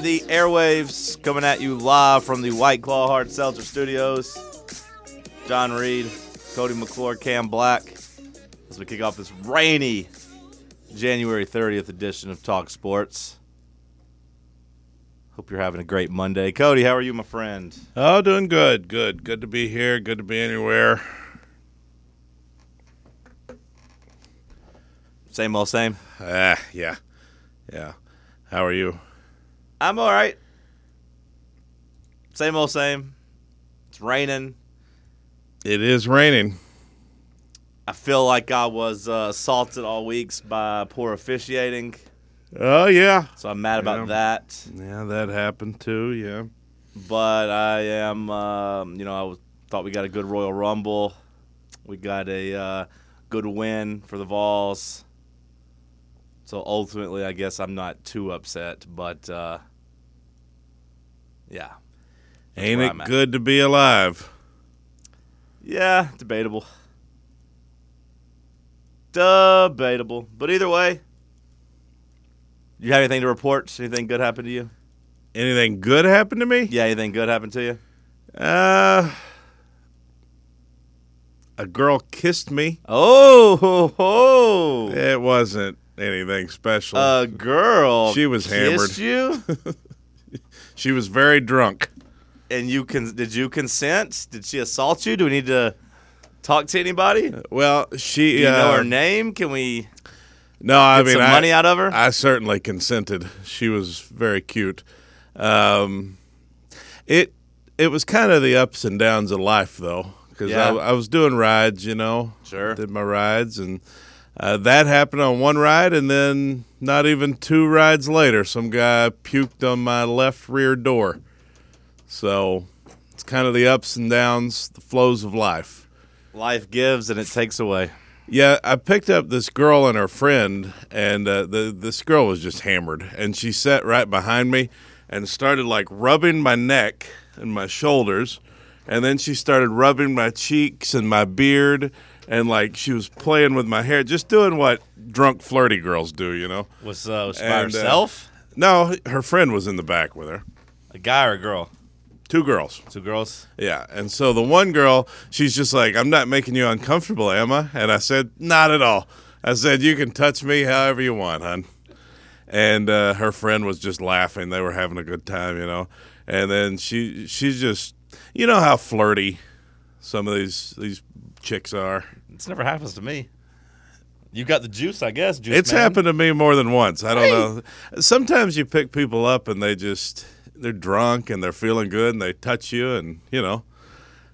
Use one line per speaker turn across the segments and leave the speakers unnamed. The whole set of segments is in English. The airwaves coming at you live from the White Claw Hard Seltzer Studios. John Reed, Cody McClure, Cam Black, as we kick off this rainy January 30th edition of Talk Sports. Hope you're having a great Monday. Cody, how are you, my friend?
Oh, doing good. Good. Good to be here. Good to be anywhere.
Same old same.
Ah, yeah. Yeah. How are you?
I'm all right. Same old same. It's raining.
It is raining.
I feel like I was uh, assaulted all weeks by poor officiating,
Oh, yeah.
so I'm mad about
Yeah.
that.
Yeah, that happened too. Yeah.
But I am, um, you know, I was, thought we got a good Royal Rumble. We got a uh, good win for the Vols. So ultimately, I guess I'm not too upset, but uh, yeah,
Ain't
where I'm
it
at.
good to be alive?
yeah, debatable, debatable. But either way, you have anything to report? Anything good happened to you?
Anything good happened to me?
Yeah, anything good happened to you?
Uh, a girl kissed me.
Oh, ho, ho.
It wasn't anything special.
a girl.
She was
kissed You
she was very drunk.
and you can? Did you consent? Did she assault you? Do we need to talk to anybody? Do
Well, she.
you know
uh,
her name? Can we get
No, I mean,
some
I,
money out of her?
I certainly consented. She was very cute. Um, it it was kind of the ups and downs of life, though, because
Yeah.
I, I was doing rides, you know.
Sure.
Did my rides, and uh, that happened on one ride, and then not even two rides later, some guy puked on my left rear door. So it's kind of the ups and downs, the flows of life.
Life gives and it takes away.
Yeah, I picked up this girl and her friend, and uh, the this girl was just hammered, and she sat right behind me, and started like rubbing my neck and my shoulders, and then she started rubbing my cheeks and my beard, and like she was playing with my hair, just doing what drunk flirty girls do, you know.
Was, uh, was she by
And, uh,
herself?
No, her friend was in the back with her,
a guy or a girl?
two girls.
Two girls.
Yeah, and so the one girl, she's just like, "I'm not making you uncomfortable, am I?" And I said, "Not at all." I said, "You can touch me however you want, hon." And uh, her friend was just laughing; they were having a good time, you know. And then she, she's just, you know how flirty some of these these chicks are.
This never happens to me. You got the juice, I guess. Juice
It's
man.
happened to me more than once. I don't know. Sometimes you pick people up and they just they're drunk and they're feeling good and they touch you and you know.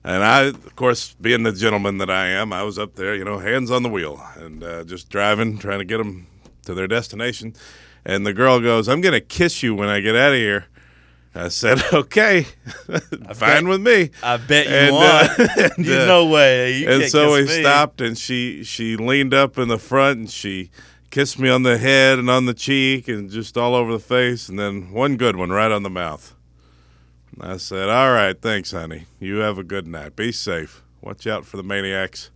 And I, of course, being the gentleman that I am, I was up there, you know, hands on the wheel and uh, just driving, trying to get them to their destination. And the girl goes, "I'm gonna kiss you when I get out of here." I said, "Okay, fine with me."
I bet you
And,
won.
uh, and,
you
uh,
no way. You
and
can't
so
kiss
we
me.
stopped and she she leaned up in the front and she kissed me on the head and on the cheek and just all over the face and then one good one right on the mouth And i said all right thanks honey you have a good night be safe watch out for the maniacs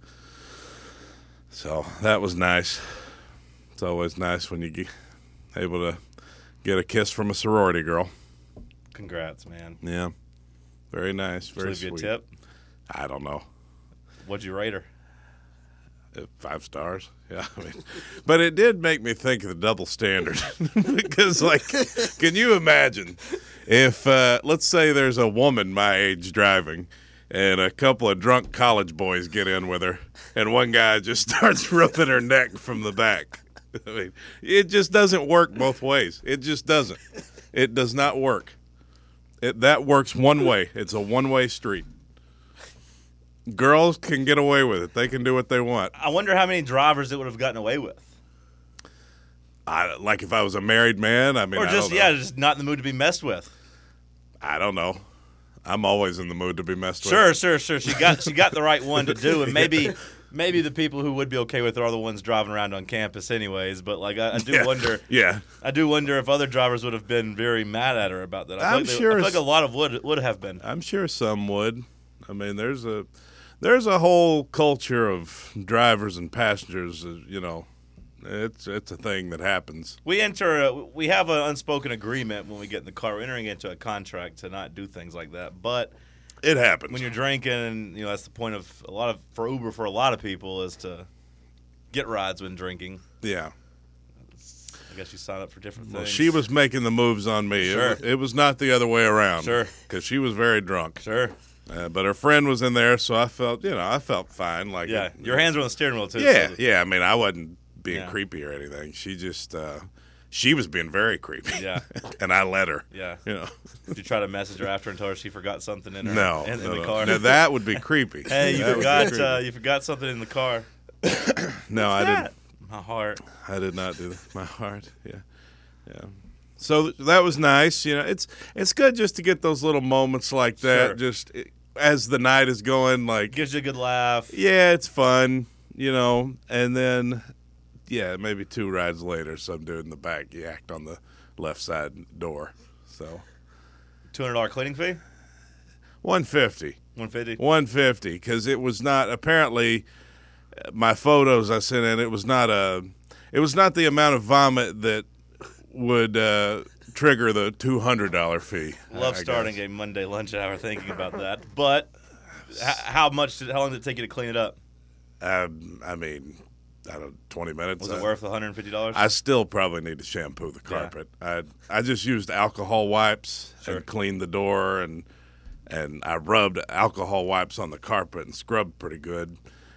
so that was nice it's always nice when you get able to get a kiss from a sorority girl
Congrats, man.
yeah very nice
Should
very
leave you a
sweet
tip.
i don't know
What'd you rate her?
Uh, five stars. Yeah, I mean, but it did make me think of the double standard because, like, can you imagine if, uh, let's say, there's a woman my age driving, and a couple of drunk college boys get in with her, and one guy just starts ripping her neck from the back. I mean, it just doesn't work both ways. It just doesn't. It does not work. It, that works one way. It's a one-way street. Girls can get away with it. They can do what they want.
I wonder how many drivers it would have gotten away with.
I, like if I was a married man, I mean,
Or
I
just,
don't
yeah,
know.
just not in the mood to be messed with.
I don't know. I'm always in the mood to be messed
Sure,
with.
sure, sure. She got she got the right one to do, and maybe maybe the people who would be okay with it are the ones driving around on campus, anyways. But like, I, I do
Yeah.
wonder,
Yeah,
I do wonder if other drivers would have been very mad at her about that. I feel
I'm
like they-
sure
I feel
s-
like a lot of would would have been.
I'm sure some would. I mean, there's a there's a whole culture of drivers and passengers, uh, you know, It's it's a thing that happens.
We enter. A, we have an unspoken agreement when we get in the car. We're entering into a contract to not do things like that. But
It happens.
when you're drinking, you know that's the point of a lot of for Uber for a lot of people is to get rides when drinking.
yeah.
I guess you sign up for different
Well,
things.
she was making the moves on me. It
Sure.
wa- It, was not the other way around.
Sure.
Because she was very drunk.
sure.
Uh, but her friend was in there, so I felt, you know, I felt fine. Like,
Yeah,
it-
your hands were on the steering wheel too.
Yeah,
so-
yeah. I mean, I wasn't being
Yeah.
creepy or anything. She just, uh, she was being very creepy.
Yeah.
and I let her.
yeah.
You know,
Did you try to message her after and tell her she forgot something in her
no,
in, in
no,
the
no.
car?
Now, that would be creepy.
hey, you
That would be
forgot
creepy.
uh, you forgot something in the car.
no, I didn't.
My heart.
I did not do that. My heart. Yeah. Yeah. So th- that was nice. You know, it's it's good just to get those little moments like that.
Sure.
Just eh, as the night is going, like
Gives you a good laugh.
yeah, it's fun. You know, and then yeah, maybe two rides later, some dude in the back yacked on the left side door. So
Two hundred dollar cleaning fee.
one fifty.
One fifty.
150 because it was not apparently uh, my photos I sent in. It was not a. It was not the amount of vomit that would uh, trigger the two hundred dollar fee.
Love
I guess.
starting a Monday lunch hour thinking about that. But h- how much did how long did it take you to clean it up?
Um, I mean, I don't twenty minutes. uh,
Was
I-
it worth one hundred and fifty dollars?
I still probably need to shampoo the carpet. I I just used alcohol wipes
Sure.
and cleaned the door and and I rubbed alcohol wipes on the carpet and scrubbed pretty good.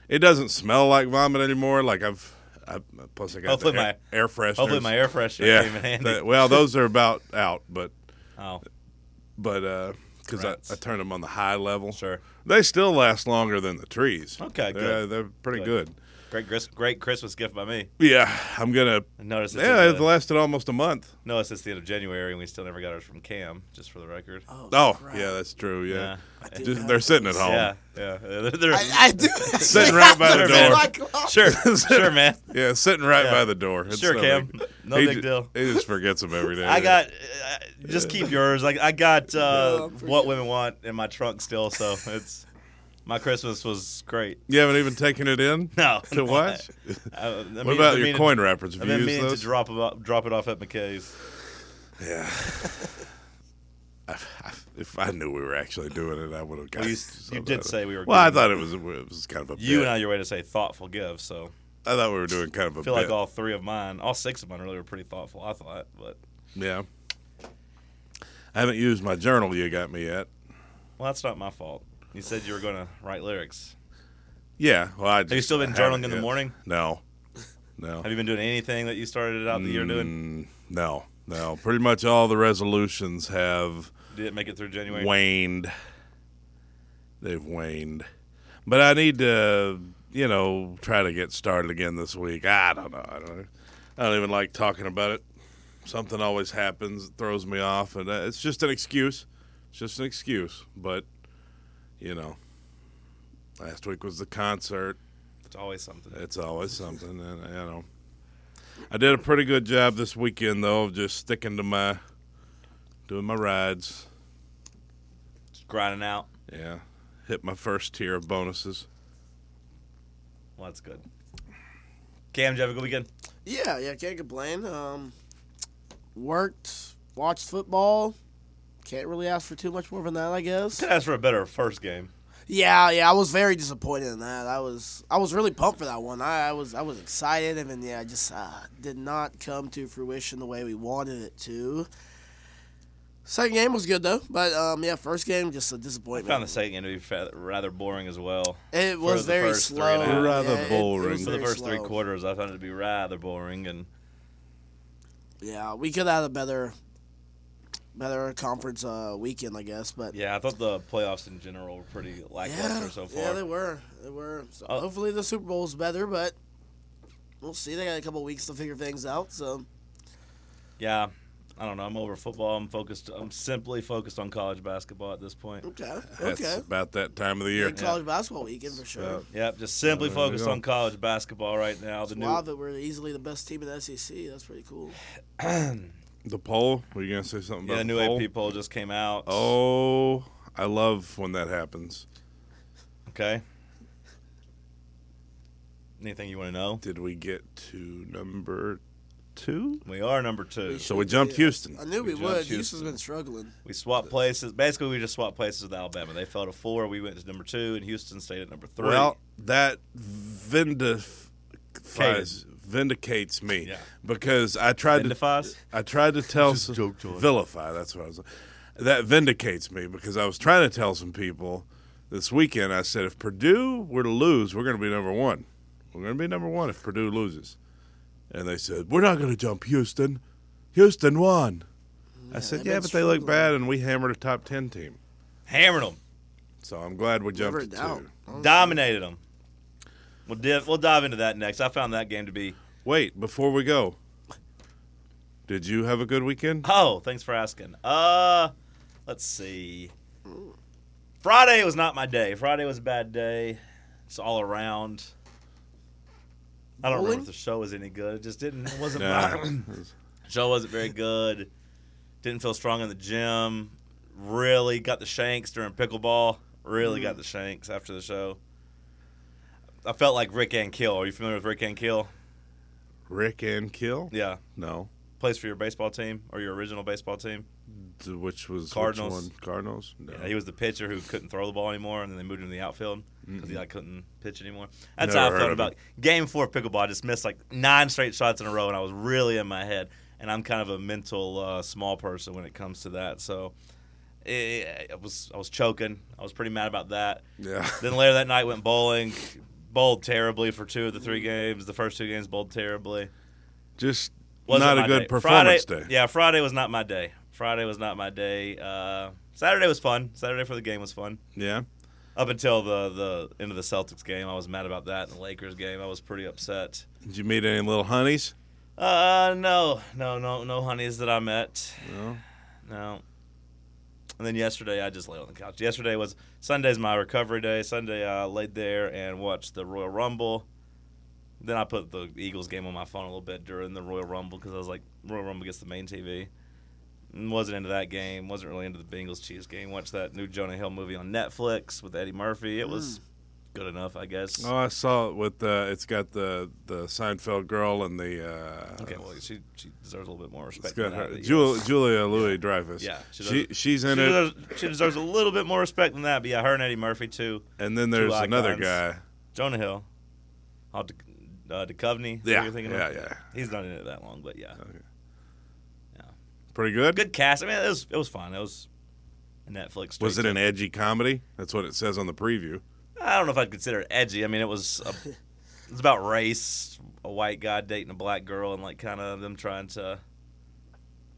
It doesn't smell like vomit anymore. Like I've, I plus I got
Hopefully
the air, air fresheners.
Hopefully my air freshener came in handy.
that- well, those are about out, but
oh,
but uh 'cause because
Rats.
I, I turned them on the high level.
Sure.
They still last longer than the trees.
Okay, good.
They're, they're pretty
Good.
good.
great Chris, great Christmas gift by me.
Yeah, I'm gonna.
I noticed it's
Yeah,
in
it
the,
lasted almost a month.
noticed it's the end of January and we still never got ours from Cam. Just for the record.
Oh,
crap.
yeah, that's true. Yeah,
I did
Just-
not
they're sitting at home.
Yeah, yeah. They're- they're-
I, I do. oh.
Sitting right by the
Look
door.
at my clock.
sure, sure, man.
Yeah, sitting right
Yeah.
by the door. It's
Sure,
no
Cam.
big-
No
he
big
ju-
deal.
He just forgets them every day.
I got uh, just keep yours. Like I got uh,
No, for
what
sure.
women want in my trunk still. So it's my Christmas was great.
You haven't even taken it in
No,
to watch.
I, I mean,
what about
I
your
mean,
coin wrappers? Have
I've
you
been
used
meaning to
those?
drop it off, drop it off at McKay's.
yeah. I, I, if I knew we were actually doing it, I would have got.
Well, you,
some
you
of
did
it.
say we were.
Well, I
giving-
thought it was it was kind of a.
you
bit.
and I your way to say thoughtful give. So
I thought we were doing kind of a.
I feel
bit.
like all three of mine, all six of mine, really were pretty thoughtful. I thought, but
Yeah. I haven't used my journal you got me yet.
well, that's not my fault. You said you were going to write lyrics.
Yeah. Well, I just,
Have you still been
I
journaling
haven't
in the
yet.
morning?
No. No.
Have you been doing anything that you started out the year doing?
Mm, No, no. Pretty much all the resolutions have
Did it make it through January?
waned. They've waned. But I need to, you know, try to get started again this week. I don't know. I don't, I don't even like talking about it. Something always happens, it throws me off, and uh, it's just an excuse. It's just an excuse. But, you know, last week was the concert.
It's always something.
It's always something, and you know. I did a pretty good job this weekend though, of just sticking to my doing my rides.
Just grinding out.
Yeah. Hit my first tier of bonuses.
Well, that's good. Cam, did you have a good weekend?
Yeah, yeah, can't complain. Um, worked, watched football. Can't really ask for too much more than that, I guess.
Could ask for a better first game.
Yeah, yeah, I was very disappointed in that. I was, I was really pumped for that one. I, I was, I was excited, and then yeah, it just uh, did not come to fruition the way we wanted it to. Second game was good though, but um, yeah, first game just a disappointment.
Found the second game to be fa- rather boring as well.
It was
the
very
first three and
slow.
a half.
Rather
Yeah, it- it
boring.
was
For the
very
first three
slow.
quarters, I found it to be rather boring. And
Yeah, we could have had a better, better conference uh, weekend, I guess. But
yeah, I thought the playoffs in general were pretty lackluster
yeah,
so
yeah,
far.
they were, they were. So
Oh.
hopefully the Super Bowl's better, but we'll see. They got a couple weeks to figure things out. So
yeah, I don't know. I'm over football. I'm focused. I'm simply focused on college basketball at this point.
okay,
That's
okay.
about that time of the year.
Big college basketball weekend for sure.
About-
Yep, just simply
There we
focused
go.
on college basketball right now. The
It's
new
wild that we're easily the best team in the SEC. That's pretty cool.
The poll? Were you gonna say something
yeah,
about
the
the poll?
new AP poll just came out.
Oh I love when that happens.
okay. Anything you want to know?
Did we get to number two?
We are number two. Uh,
So we jumped Houston.
I knew we,
We jumped
would.
Houston.
Houston's been struggling.
We swapped places. Basically, we just swapped places with Alabama. They fell to four. We went to number two, and Houston stayed at number three.
Well, that vindifies, vindicates me
Yeah.
because I tried
Vindifies?
to I tried to tell some,
joke, Jordan.
vilify. That's what I was. That vindicates me because I was trying to tell some people this weekend. I said if Purdue were to lose, we're going to be number one. We're going to be number one if Purdue loses, and they said we're not going to jump Houston. Houston won. I said,
they've
yeah,
been
but they look
struggling.
bad, and we hammered a top ten team.
hammered them,
So I'm glad we
Never a
jumped to
doubt.
two.
dominated them. We'll div- we'll dive into that next. I found that game to be.
Wait, before we go, did you have a good weekend?
Oh, thanks for asking. Uh, let's see. Friday was not my day. Friday was a bad day. It's all around. I don't remember
Bowling?
if the show was any good. It just didn't. It wasn't.
Nah.
my- Joe wasn't very good. Didn't feel strong in the gym. Really got the shanks during pickleball. Really got the shanks after the show. I felt like Rick and Kill. Are you familiar with Rick and Kill?
Rick and Kill?
Yeah.
No.
Plays for your baseball team or your original baseball team.
D- Which was which
Cardinals.
one? Cardinals? No.
Yeah, he was the pitcher who couldn't throw the ball anymore, and then they moved him to the outfield because he like couldn't pitch anymore. That's
Never
how I
heard
felt
of
about
him.
game four pickleball. I just missed like nine straight shots in a row, and I was really in my head. And I'm kind of a mental uh, small person when it comes to that, so it, it was I was choking. I was pretty mad about that.
Yeah.
Then later that night went bowling, bowled terribly for two of the three games. The first two games bowled terribly.
Just
Wasn't
not a
my
good
day.
performance
Friday,
day.
Yeah, Friday was not my day. Friday was not my day. Uh, Saturday was fun. Saturday for the game was fun.
Yeah.
Up until the the end of the Celtics game, I was mad about that. And the Lakers game, I was pretty upset.
Did you meet any little honeys?
Uh, no, no, no, no honeys that I met.
No.
No. And then yesterday, I just laid on the couch. Yesterday was Sunday's my recovery day. Sunday, I laid there and watched the Royal Rumble. Then I put the Eagles game on my phone a little bit during the Royal Rumble because I was like, Royal Rumble gets the main TV. And Wasn't into that game. Wasn't really into the Bengals Chiefs game. Watched that new Jonah Hill movie on Netflix with Eddie Murphy. It was good enough, I guess.
Hmm. Oh, I saw it with uh, it's got the the Seinfeld girl and the uh,
okay, well, she she deserves a little bit more
it's
respect.
got
than that,
her
but
Jul-
yes.
Julia Louis Dreyfus.
Yeah, she
she,
does.
she's
she
in it,
deserves, she deserves a little bit more respect than that. But yeah, her and Eddie Murphy too.
and then there's another
icons.
guy.
Jonah Hill. Oh, De- uh, Duchovny. is that what
Yeah,
you're thinking
yeah,
of?
yeah.
He's not in it that long, but yeah.
Pretty good.
Good cast. I mean, it was it was fun. It was a Netflix.
Was it
straight
an edgy comedy? That's what it says on the preview.
to- I don't know if I'd consider it edgy. I mean, it was a, it was about race, a white guy dating a black girl, and like kind of them trying to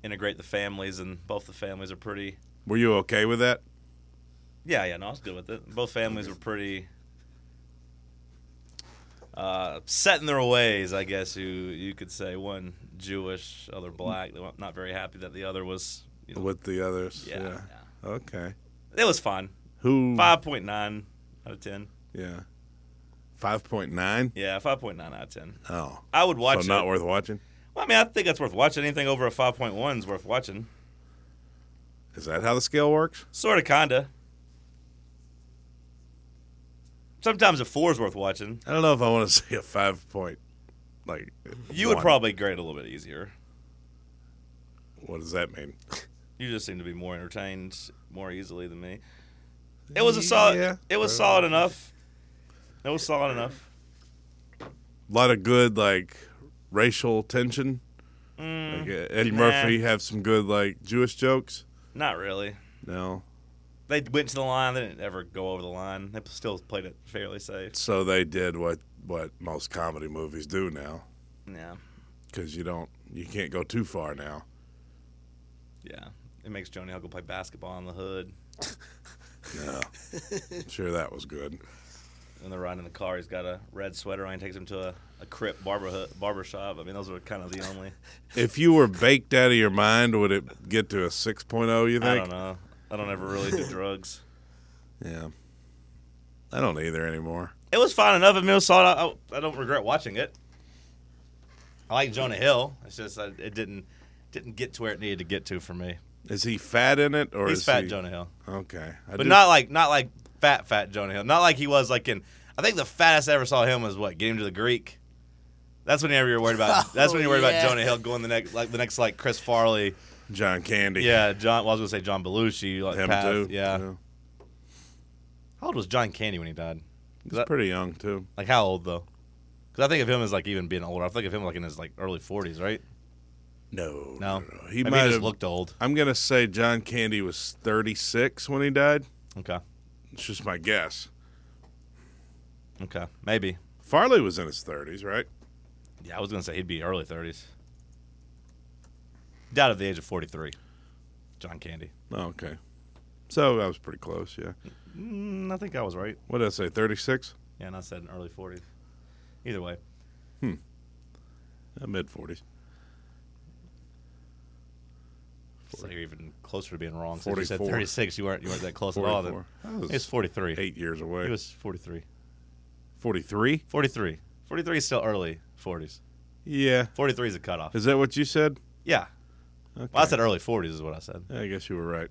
integrate the families, and both the families are pretty.
Were you okay with that?
Yeah, yeah, no, I was good with it. Both families were pretty uh, set in their ways, I guess you you could say. One Jewish, other black. They were not very happy that the other was. You know,
with the others.
yeah, yeah,
Okay.
it was fun.
Who?
Five point nine out of ten.
Yeah. Five point nine.
Yeah, five point nine out of ten.
Oh,
I would watch
so not
it.
worth watching.
well, I mean, I think that's worth watching. Anything over a five point one is worth watching.
Is that how the scale works?
Sort of, kinda. Sometimes a four is worth watching.
I don't know if I want to see a five point. Like
You would
one.
probably grade a little bit easier.
What does that mean?
You just seem to be more entertained more easily than me. It was a solid.
Yeah. Uh,
It was solid enough. It was solid enough.
A lot of good like racial tension.
Mm, Mm-hmm.
Like, uh, Eddie
Nah.
Murphy have some good like Jewish jokes.
Not really.
No,
They went to the line. They didn't ever go over the line. They still played it fairly safe.
so they did what what most comedy movies do now,
Yeah,
because you don't you can't go too far now.
yeah. It makes Joni Hill go play basketball in the hood,
No, I'm sure that was good.
and they're riding in the car. He's got a red sweater on. He takes him to a, a crip barber hut, barber shop. I mean, those were kind of the only.
If you were baked out of your mind, would it get to a 6.0, you think?
I don't know. I don't ever really do drugs.
Yeah. I don't either anymore.
It was fine enough. I mean, it was solid. I, I, I don't regret watching it. I like Jonah Hill. It's just I, it didn't didn't get to where it needed to get to for me.
Is he fat in it or
He's
is
fat
he...
Jonah Hill,
Okay. I
but
do-
not like not like fat fat Jonah Hill. Not like he was like in I think the fattest I ever saw him was what? Get him to the Greek. That's whenever you're worried about. that's when you're worried
yeah.
about Jonah Hill going the next, like the next, like Chris Farley.
John Candy.
Yeah, John. Well, I was gonna say John Belushi. Like
Him
path.
too.
Yeah. How old was John Candy when he died? 'Cause
He's
I-
pretty young too.
like how old though? Because I think of him as like even being older. I think of him like in his like early 40s, right?
No.
No,
He
Maybe
might
just
have
looked old.
I'm gonna say John Candy was thirty six when he died.
Okay,
It's just my guess.
okay, maybe.
Farley was in his thirties, right?
Yeah, I was gonna say he'd be early 30s. Died at the age of 43. John Candy.
Oh, okay. So I was pretty close, yeah.
Mm, I think I was right.
What did I say, thirty six?
Yeah, and I said in early 40s. Either way,
Mid forties.
so you're even closer to being wrong. Since you said
44.
36, you weren't you weren't that close at all. Then
Forty-four. I was
it's 43.
eight years
He
away.
was 43.
Forty-three?
43. 43 is still early 40s.
Yeah.
43 is the cutoff.
Is that what you said?
Yeah.
Okay.
Well, I said early 40s is what I said.
I guess you were right.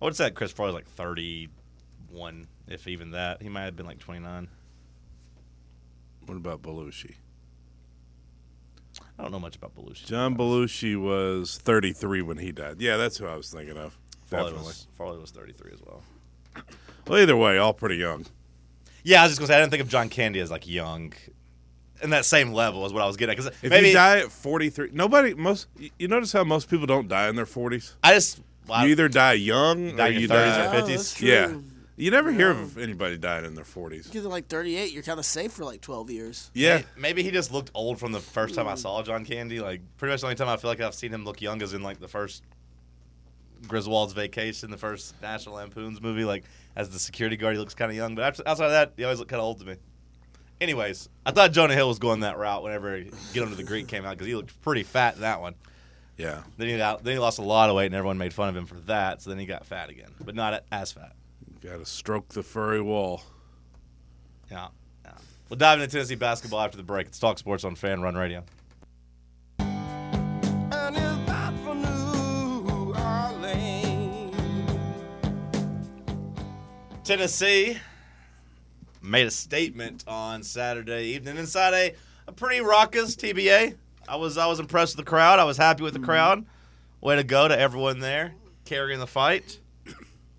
I would say that Chris Farley's like 31, if even that. He might have been like 29.
What about Belushi?
I don't know much about Belushi.
John Belushi was 33 when he died. Yeah, that's who I was thinking of.
Farley
Definitely.
was, Farley was 33 as well.
Well, either way, all pretty young.
Yeah, I was just going to say, I didn't think of John Candy as like young. In that same level is what I was getting at. Because
If
maybe
you die at 43, nobody most you- you notice how most people don't die in their 40s.
I just. well, I-
you either die young
Die in
or
your 30s or
you die.
Yeah, 50s. that's
true.
yeah, you never hear of anybody dying in their 40s.
Because like 38, you're kind of safe for like 12 years.
Yeah,
Maybe he just looked old from the first time I saw John Candy. Like pretty much the only time I feel like I've seen him look young is in like the first Griswold's Vacation, the first National Lampoon's movie. Like as the security guard, he looks kind of young, but after- outside of that, he always looked kind of old to me. Anyways, I thought Jonah Hill was going that route whenever Get Him to the Greek came out because he looked pretty fat in that one.
yeah.
Then he got, then he lost a lot of weight and everyone made fun of him for that. So then he got fat again, but not as fat.
Got to stroke the furry wall.
Yeah. yeah. We'll dive into Tennessee basketball after the break. It's Talk Sports on Fan Run Radio.
and is back for New Orleans.
Tennessee made a statement on Saturday evening inside a, a pretty raucous TBA. I was I was impressed with the crowd. I was happy with the
Mm-hmm.
crowd. Way to go to everyone there carrying the fight.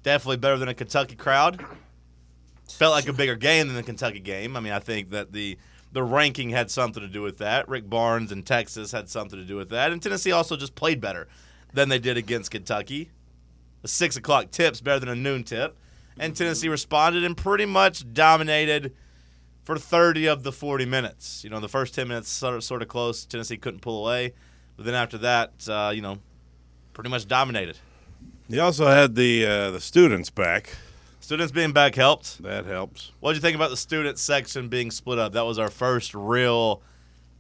Definitely better than a Kentucky crowd. Felt like a bigger game than the Kentucky game. I mean, I think that the the ranking had something to do with that. Rick Barnes and Texas had something to do with that, and Tennessee also just played better than they did against Kentucky. A six o'clock tip's better than a noon tip. And Tennessee responded and pretty much dominated for 30 of the 40 minutes. You know, the first 10 minutes sort of, sort of close. Tennessee couldn't pull away. But then after that, uh, you know, pretty much dominated.
You also had the uh, the students back.
Students being back helped.
That helps.
What did you think about the student section being split up? That was our first real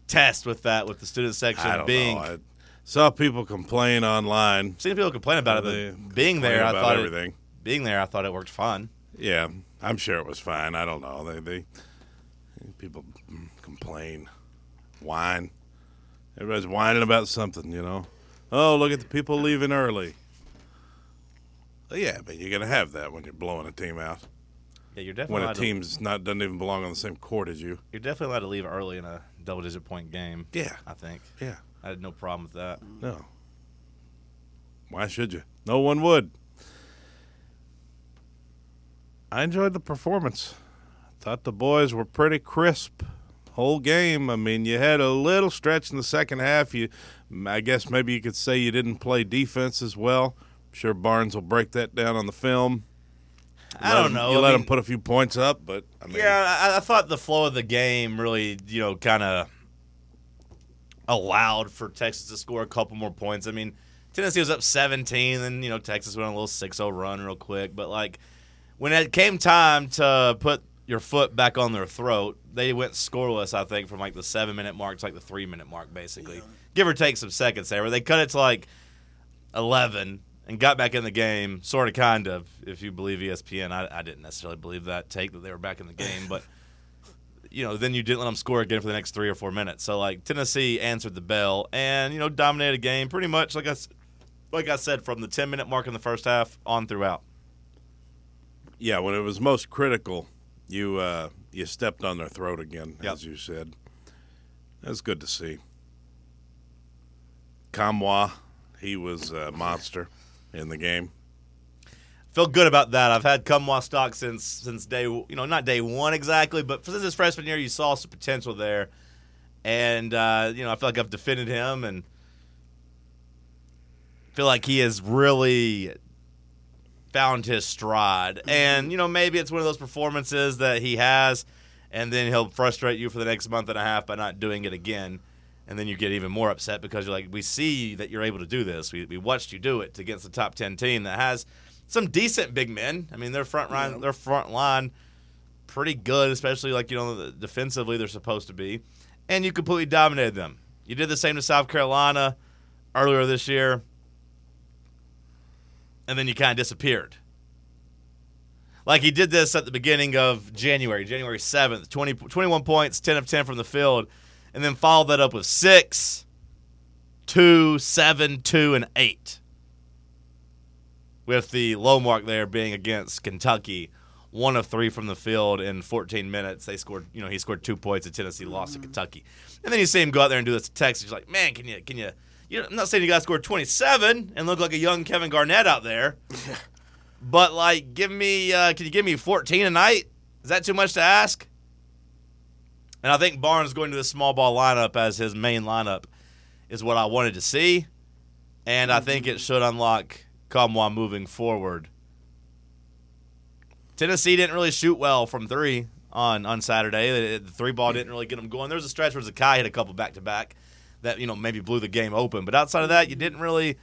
test with that, with the student
I
section
don't
being.
know. I saw people complain online.
Seen people complain about it,
They
but being there, I
complain about
thought it,
everything.
being there, I thought it worked fine.
Yeah, I'm sure it was fine. I don't know. They, they people complain, whine. Everybody's whining about something, you know. Oh, look at the people leaving early. Well, yeah, but you're gonna have that when you're blowing a team out.
Yeah, you're definitely
When a
allowed to-
team's not doesn't even belong on the same court as you.
you're definitely allowed to leave early in a double-digit point game.
Yeah,
I think.
yeah.
I had no problem with that.
No. Why should you? No one would. I enjoyed the performance. Thought the boys were pretty crisp whole game. I mean, you had a little stretch in the second half. You, I guess maybe you could say you didn't play defense as well. I'm sure Barnes will break that down on the film.
I
Let
don't
him-
know.
You
I
let
mean,
him put a few points up, but I mean,
Yeah, I, I thought the flow of the game really, you know, kind of allowed for Texas to score a couple more points. I mean, Tennessee was up 17, and you know Texas went on a little 6-0 run real quick. But like when it came time to put your foot back on their throat, they went scoreless. I think from like the seven minute mark to like the three minute mark, basically, give or take some seconds there. But they cut it to like 11 and got back in the game, sort of, kind of, if you believe E ESPN. I, I didn't necessarily believe that take that they were back in the game, but you know, then you didn't let them score again for the next three or four minutes. So like Tennessee answered the bell and you know dominated a game pretty much like I s- like I said from the 10 minute mark in the first half on throughout.
yeah, when it was most critical, You uh, you stepped on their throat again,
Yep.
as you said. That's good to see. Kamwa, he was a monster in the game.
Feel good about that. I've had Kumwa stock since since day you know not day one exactly, but since his freshman year, you saw some potential there, and uh, you know I feel like I've defended him and feel like he has really found his stride. And you know maybe it's one of those performances that he has, and then he'll frustrate you for the next month and a half by not doing it again. And then you get even more upset because you're like, we see that you're able to do this. We, we watched you do it against the top ten team that has some decent big men. I mean, their front line, their front line, pretty good, especially like you know the- defensively they're supposed to be. And you completely dominated them. You did the same to South Carolina earlier this year, and then you kind of disappeared. Like he did this at the beginning of January, January 7th, 20, 21 points, 10 of 10 from the field, and then followed that up with 6, 2, 7, 2, and 8. With the low mark there being against Kentucky, 1 of 3 from the field in 14 minutes. They scored, you know, he scored 2 points at Tennessee, lost to Kentucky. And then you see him go out there and do this to Texas. He's like, man, can you, can you, you know, I'm not saying you guys scored 27 and look like a young Kevin Garnett out there. But like, give me, uh, can you give me 14 a night? Is that too much to ask? And I think Barnes going to the small ball lineup as his main lineup is what I wanted to see, and I think it should unlock Kamwa moving forward. Tennessee didn't really shoot well from three on on Saturday. The- The three ball didn't really get them going. There was a stretch where Zakai hit a couple back to back that you know maybe blew the game open, but outside of that, you didn't really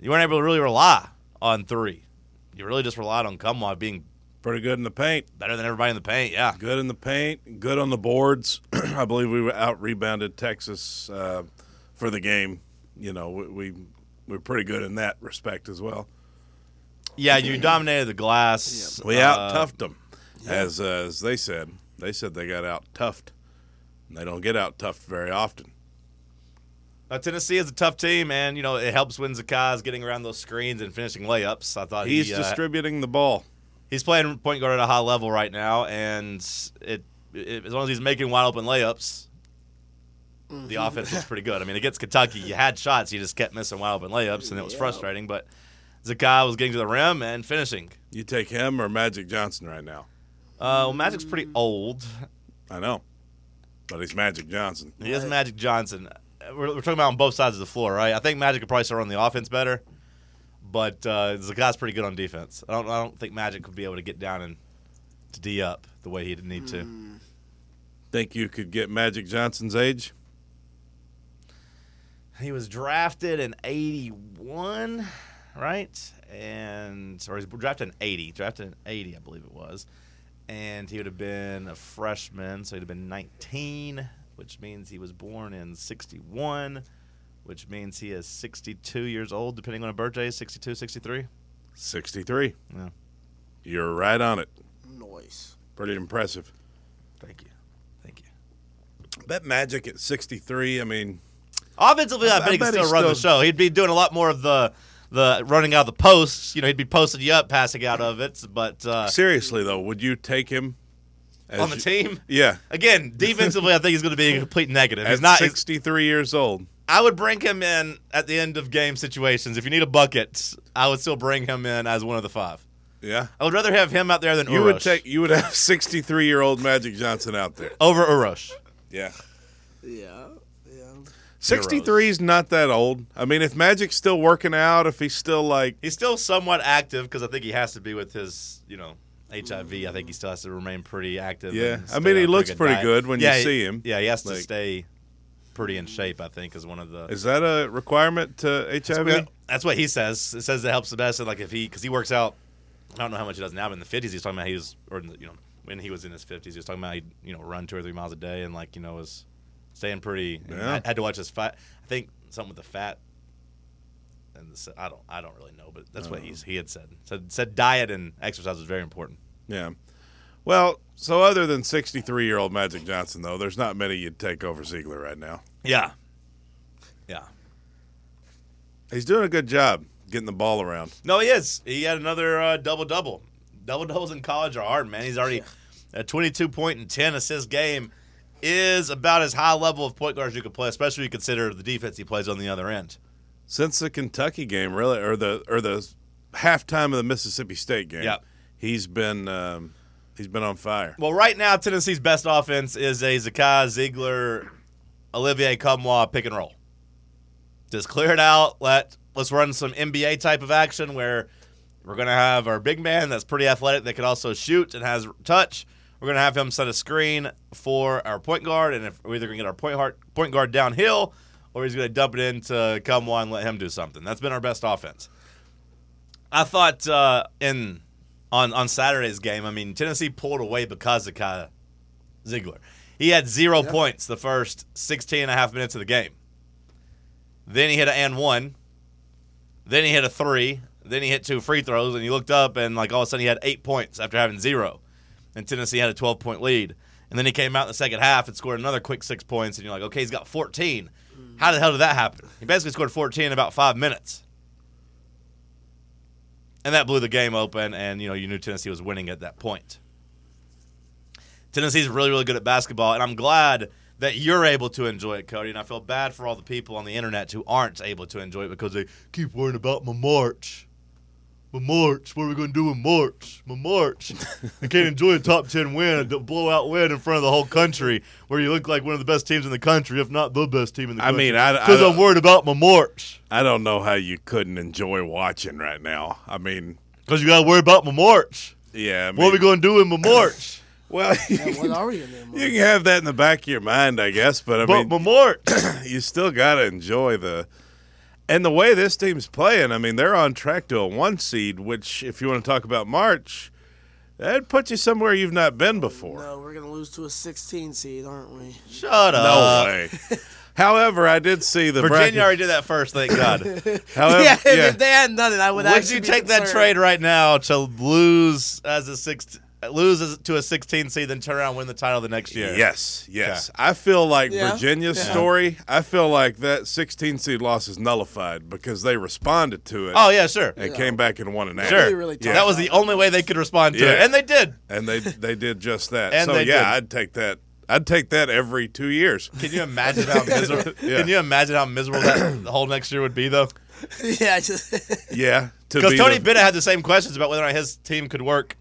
you weren't able to really rely on three. You really just relied on Kumwa being
Pretty good in the paint.
better than everybody in the paint. Yeah.
Good in the paint. Good on the boards. I believe we were out rebounded Texas uh, for the game. You know, we, we we're pretty good in that respect as well.
Yeah, you dominated the glass.
We
Uh,
out toughed them, as uh, as they said. They said they got out toughed. And They don't get out toughed very often.
Uh, Tennessee is a tough team, and you know it helps when Zakai's getting around those screens and finishing layups. I thought
He's
he, uh,
distributing the ball.
he's playing point guard at a high level right now, and it, it as long as he's making wide open layups, the
Mm-hmm.
offense is pretty good. I mean, against Kentucky, you had shots, you just kept missing wide open layups, and it was
Yeah.
frustrating. But Zakai was getting to the rim and finishing.
You take him or Magic Johnson right now.
Uh, well, Magic's pretty
Mm.
old.
I know, but he's Magic Johnson.
He is
Right.
Magic Johnson. Uh, We're, we're talking about on both sides of the floor, right? I think Magic could probably start on the offense better, but uh, Zakai's pretty good on defense. I don't, I don't think Magic would be able to get down and to D up the way he'd need
Mm.
to.
Think you could get Magic Johnson's age?
He was drafted in 81, right? And, or he's drafted in 80, drafted in 80, I believe it was. And he would have been a freshman, so he'd have been 19, which means he was born in 61, which means he is 62 years old, depending on a birthday, 62, 63.
Sixty-three.
Yeah.
You're right on it.
Noise.
Pretty impressive.
Thank you. Thank you.
Bet Magic at sixty-three. I mean,
Offensively, I,
I
bet he can
bet
still
he's
run the
still-
show. He'd be doing a lot more of the the running out of the posts. You know, he'd be posting you up, passing out of it. But uh,
seriously though, would you take him as
on the
you-
team,
Yeah,
again, defensively, I think he's going to be a complete negative. He's
at
not. he's-
sixty-three years old.
I would bring him in at the end of game situations. If you need a bucket, I would still bring him in as one of the five.
Yeah,
I would rather have him out there than
you
Urosh.
would take. You would have sixty-three-year-old Magic Johnson out there.
over Urosh.
Yeah.
Yeah. Yeah.
63 is not that old. I mean, if Magic's still working out, if he's still like,
He's still somewhat active because I think he has to be with his, you know, HIV. I think he still has to remain pretty active. and
Yeah. I mean,
stay
he
on a
looks pretty
diet.
good when you
Yeah, he-
see him.
Yeah, he has to
Like-
stay pretty in shape. I think is one of the.
is that a requirement to HIV?
Yeah, that's what he says. It says it helps the best. and, Like if he, because he works out. I don't know how much he does now. But in the fifties, he was talking about he was, or in the, you know, when he was in his fifties, he was talking about he'd you know run two or three miles a day and like you know was staying pretty. and
Yeah.
I had to watch his fat. I think something with the fat. And the, I don't, I don't really know, but that's what he's, he had said. Said said diet and exercise was very important.
Yeah. Well, so other than 63 year old Magic Johnson, though, there's not many you'd take over Ziegler right now.
Yeah, yeah.
He's doing a good job getting the ball around.
No, he is. He had another uh, double double. Double doubles in college are hard, man. He's already A 22 point and 10 assist game is about as high level of point guard as you could play, especially when you consider the defense he plays on the other end.
Since the Kentucky game, really, or the or the halftime of the Mississippi State game,
Yep.
he's been um, he's been on fire.
Well, right now Tennessee's best offense is a Zakai Ziegler, Olivier Cumwa pick and roll. Just clear it out. Let let's run some NBA type of action where we're gonna have our big man that's pretty athletic that can also shoot and has touch. We're gonna have him set a screen for our point guard, and if we're either gonna get our point heart, point guard downhill, or he's gonna dump it into Cumwa and let him do something. That's been our best offense. I thought uh, in on on Saturday's game, I mean Tennessee pulled away because of Kai Ziegler. He had zero points the first 16 and a half minutes of the game. Then he hit an and one. Then he hit a three. Then he hit two free throws, and he looked up and like all of a sudden he had eight points after having zero, and Tennessee had a 12 point lead. And then he came out in the second half and scored another quick six points, and you're like, okay, he's got 14. How the hell did that happen? He basically scored 14 in about five minutes and that blew the game open. And you know, you knew Tennessee was winning at that point. Tennessee's really, really good at basketball, and I'm glad that you're able to enjoy it, Cody. And I feel bad for all the people on the internet who aren't able to enjoy it because they keep worrying about my March. My March. What are we going to do in March? My March. I can't enjoy a top 10 win, a blowout win in front of the whole country where you look like one of the best teams in the country, if not the best team in the
I
country.
mean, I- I-
Because I'm worried about my March.
I don't know how you couldn't enjoy watching right now. I mean,
Because you got to worry about my March.
yeah. I mean,
What are we going to do in my March?
Well, you,
Yeah, what are we gonna do?
can have that in the back of your mind, I guess. But I mean,
but March.
you still got to enjoy the and the way this team's playing. I mean, they're on track to a one seed, which, if you want to talk about March, that puts you somewhere you've not been before.
No, we're gonna lose to a 16 seed, aren't we?
Shut
No
up.
way. However, I did see the
Virginia
bracket-
already did that first, thank God.
However,
yeah, if-
yeah.
if they had nothing, I would.
Would
actually
you
be
take that
concerned.
trade right now to lose as a six, lose as, to a 16 seed, then turn around and win the title the next year?
Yes, yes. I feel like
Yeah.
Virginia's
Yeah.
story. I feel like that 16 seed loss is nullified because they responded to it
Oh yeah, sure,
and came back and won an out.
sure.
really tough.
That was the only way they could respond to it,
Yeah.
and they did.
and they they did just that.
And
so
they
yeah,
did.
I'd take that. I'd take that every two years.
Can you imagine how miserable?
Yeah.
Can you imagine how miserable that whole next year would be though?
yeah, just.
Yeah, to
Because
be
Tony
the-
Bennett had the same questions about whether or not his team could work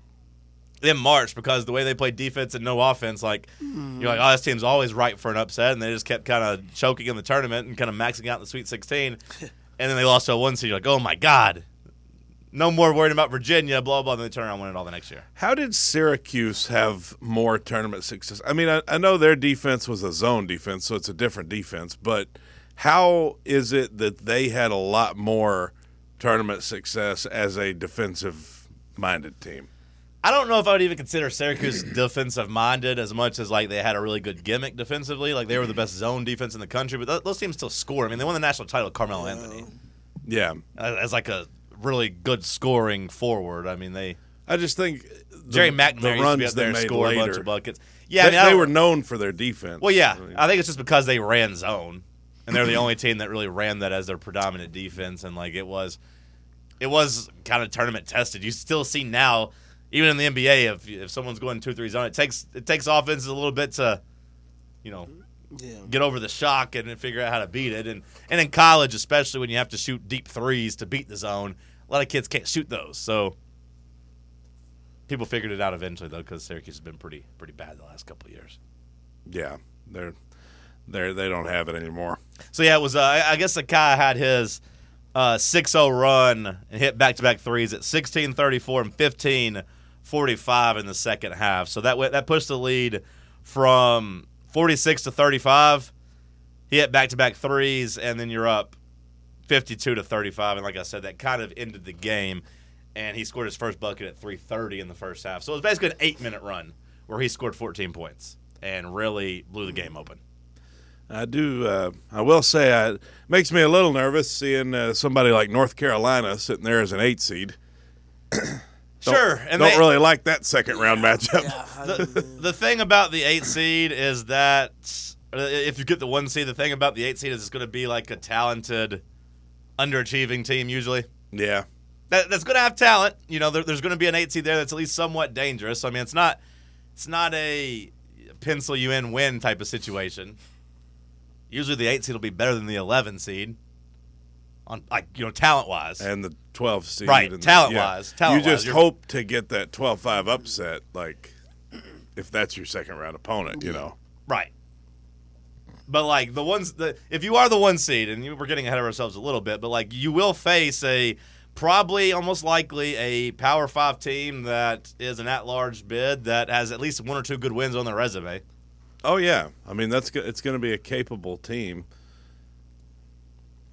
in March because the way they played defense and no offense, like you're like, oh, this team's always ripe for an upset, and they just kept kind of choking in the tournament and kind of maxing out in the Sweet 16, and then they lost to a one seed. You're like, oh my god, no more worrying about Virginia, blah blah. And then they turn around and win it all the next year.
How did Syracuse have more tournament success? I mean, I, I know their defense was a zone defense, so it's a different defense, but how is it that they had a lot more tournament success as a defensive minded team?
I don't know if I would even consider Syracuse defensive minded as much as like they had a really good gimmick defensively. Like they were the best zone defense in the country, but th- those teams still score. I mean, they won the national title, with Carmelo Anthony.
Yeah.
as as, like a really good scoring forward. I mean, they
I just think the,
Jerry McNamara used to be up there and score a bunch of buckets. Yeah,
they,
I mean, I
they
don't-
were known for their defense.
Well, yeah,
I mean,
I think it's just because they ran zone, and they're the only team that really ran that as their predominant defense, and like it was, it was kind of tournament tested. You still see now, even in the NBA, if if someone's going two three zone, it takes it takes offenses a little bit to, you know,
Yeah.
get over the shock and then figure out how to beat it. And and in college, especially when you have to shoot deep threes to beat the zone, a lot of kids can't shoot those. So people figured it out eventually, though, because Syracuse has been pretty pretty bad the last couple of years.
yeah. They're, they're, they don't have it anymore.
So yeah, it was. Uh, I- I guess Sakai had his uh, 6-0 run and hit back-to-back threes at 16-34 and 15-45 in the second half. So that went, that pushed the lead from 46 to 35. He hit back-to-back threes, and then you're up 52 to 35. And like I said, that kind of ended the game. And he scored his first bucket at 3:30 in the first half. So it was basically an eight-minute run where he scored 14 points and really blew the game open.
I do. Uh, I will say, I, it makes me a little nervous seeing uh, somebody like North Carolina sitting there as an eight seed.
sure, and
Don't
they-
really like that second round matchup.
Yeah, I
the, the thing about the eight seed is that uh, if you get the one seed, the thing about the eight seed is it's going to be like a talented, underachieving team usually.
Yeah.
That, that's going to have talent. You know, there, there's going to be an eight seed there that's at least somewhat dangerous. I mean, it's not It's not a pencil you in win type of situation. Usually the eight seed will be better than the eleven seed. On like you know talent wise.
and the 12 seed.
Right,
and the-
talent-wise, talent-wise,
you just
you're-
hope to get that 12-5 upset, like if that's your second round opponent, you know.
Right. But like the ones the if you are the one seed, and you- we're getting ahead of ourselves a little bit, but like you will face a probably almost likely a power five team that is an at large bid that has at least one or two good wins on their resume.
Oh yeah, I mean that's go- it's going to be a capable team.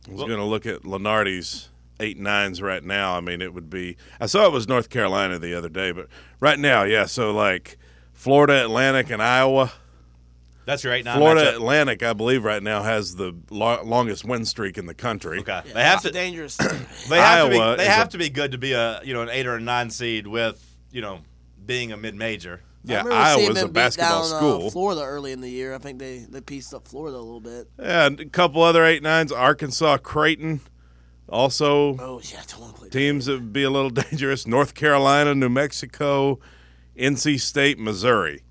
I was
Well-
going to look at Lenardi's eight nines right now. I mean, it would be. I saw it was North Carolina the other day, but right now, yeah. So like Florida Atlantic and Iowa.
That's your eight nine.
Florida
matchup.
Atlantic, I believe, right now has the lo- longest win streak in the country.
Okay. They have
It's
to
dangerous.
they have
Iowa
to be they
is
have
a-
to be good to be a you know an eight or a nine seed with you know being a mid major.
Yeah,
I remember seeing
Iowa's
them
a
beat
basketball
down, uh,
school.
Florida early in the year. I think they they pieced up Florida a little bit.
Yeah, and a couple other eight nines. Arkansas, Creighton, also
Oh yeah, I don't want to play.
teams that would be a little dangerous. North Carolina, New Mexico, NC State, Missouri.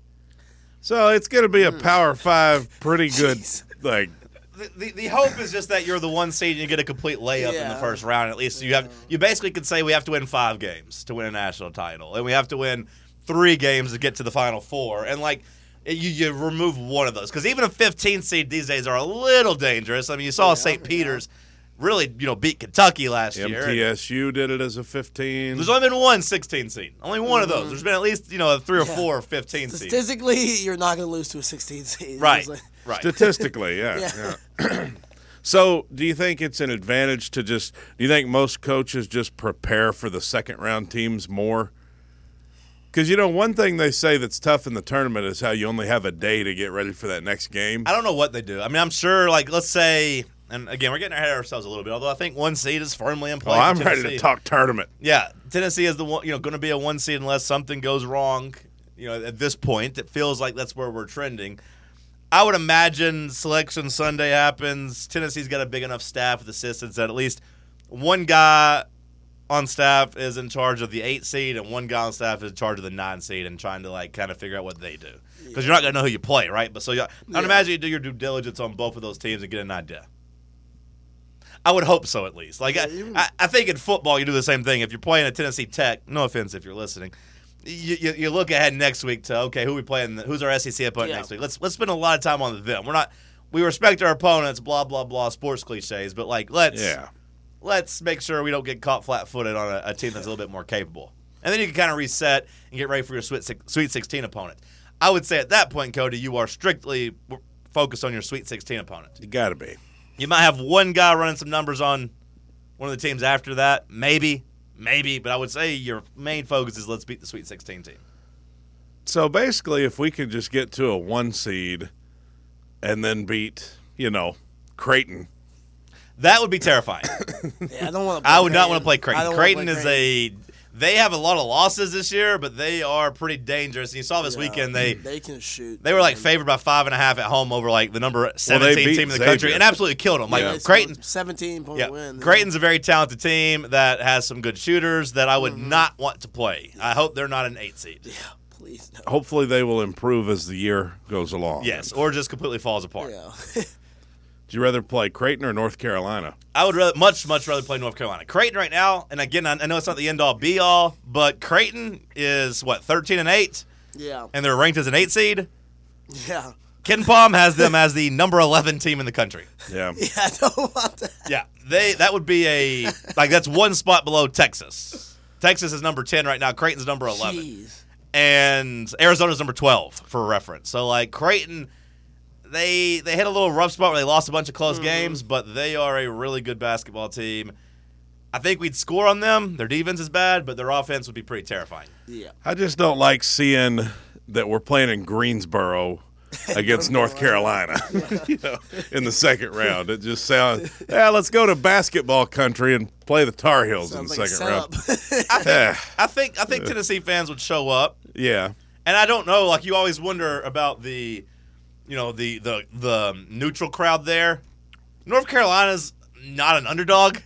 So it's going to be a Power Five, pretty good.
Hmm. Jeez.
Like,
the, the, the hope is just that you're the one seed and you get a complete layup in the
Yeah.
first round. At least you have you basically could say we have to win five games to win a national title, and we have to win three games to get to the final four. And like you, you remove one of those because even a 15 seed these days are a little dangerous. I mean, you saw St. Peter's really you know beat Kentucky last year. and
MTSU did it as a fifteen.
There's only been one 16 seed, only one of those. There's been at least you know three or
Mm-hmm. Yeah.
four 15 seeds.
Statistically, you're not going to lose to a 16 seed.
Right,
It's like-
right.
Statistically, yeah.
Yeah.
yeah. so, do you think it's an advantage to just? Do you think most coaches just prepare for the second round teams more? Because you know, one thing they say that's tough in the tournament is how you only have a day to get ready for that next game.
I don't know what they do. I mean, I'm sure, like, let's say, and again, we're getting ahead of ourselves a little bit, although I think one seed is firmly in
Oh,
play. for
I'm ready to
Tennessee.
talk tournament.
Yeah, Tennessee is the one, you know, going to be a one seed unless something goes wrong. You know, at this point, it feels like that's where we're trending. I would imagine selection Sunday happens. Tennessee's got a big enough staff with assistants that at least one guy on staff is in charge of the eight seed and one guy on staff is in charge of the nine seed and trying to like kind of figure out what they do because you're not going to know who you play, right? But so you, I would imagine you do your due diligence on both of those teams and get an idea. I would hope so, at least. Like I,
you-
I, I think in football, you do the same thing. If you're playing at Tennessee Tech, no offense if you're listening, you, you, you look ahead next week to okay, who we playing? Who's our SEC opponent
Yeah.
next week? Let's let's spend a lot of time on them. We're not we respect our opponents, blah blah blah, sports cliches, but like let's
Yeah.
let's make sure we don't get caught flat-footed on a, a team that's a little bit more capable. And then you can kind of reset and get ready for your Sweet, Six- Sweet 16 opponent. I would say at that point, Cody, you are strictly w- focused on your Sweet 16 opponent.
You got to be.
You might have one guy running some numbers on one of the teams after that, maybe, maybe, but I would say your main focus is let's beat the Sweet 16 team.
So basically, if we could just get to a one seed, and then beat, you know, Creighton.
That would be terrifying.
Yeah, I don't want to.
I would not want to play Creighton. Creighton is a they have a lot of losses this year, but they are pretty dangerous. And you saw this weekend they
they can shoot.
They were like
man.
favored by five and a half at home over like the number seventeen
beat
team in the
Xavier.
country, and absolutely killed them. Like
Yeah.
It's a
Creighton,
17 point
yeah,
win.
Creighton's a very talented team that has some good shooters that I would not want to play. I hope they're not an eight seed.
Yeah, please no.
Hopefully, they will improve as the year goes along.
Yes, or just completely falls apart.
Yeah.
Do you rather play Creighton or North Carolina?
I would rather, much, much rather play North Carolina. Creighton right now, and again, I I know it's not the end all be all, but Creighton is what thirteen and eight,
yeah.
and they're ranked as an eight seed.
Yeah.
Ken Palm has them as the number eleven team in the country.
Yeah.
Yeah, I don't want that.
Yeah, they that would be a like that's one spot below Texas. Texas is number ten right now. Creighton's number eleven,
Jeez.
and Arizona's number twelve for reference. So like Creighton, they they hit a little rough spot where they lost a bunch of close games, but they are a really good basketball team. I think we'd score on them. Their defense is bad, but their offense would be pretty terrifying.
Yeah.
I just don't like seeing that we're playing in Greensboro against North Carolina you know, in the second round. It just sounds, yeah, let's go to basketball country and play the Tar Heels
Sounds
in
like
the
a
second round.
setup.
Eh,
I think I think Tennessee fans would show up.
yeah.
And I don't know, like you always wonder about the, you know, the the the neutral crowd there. North Carolina's not an underdog.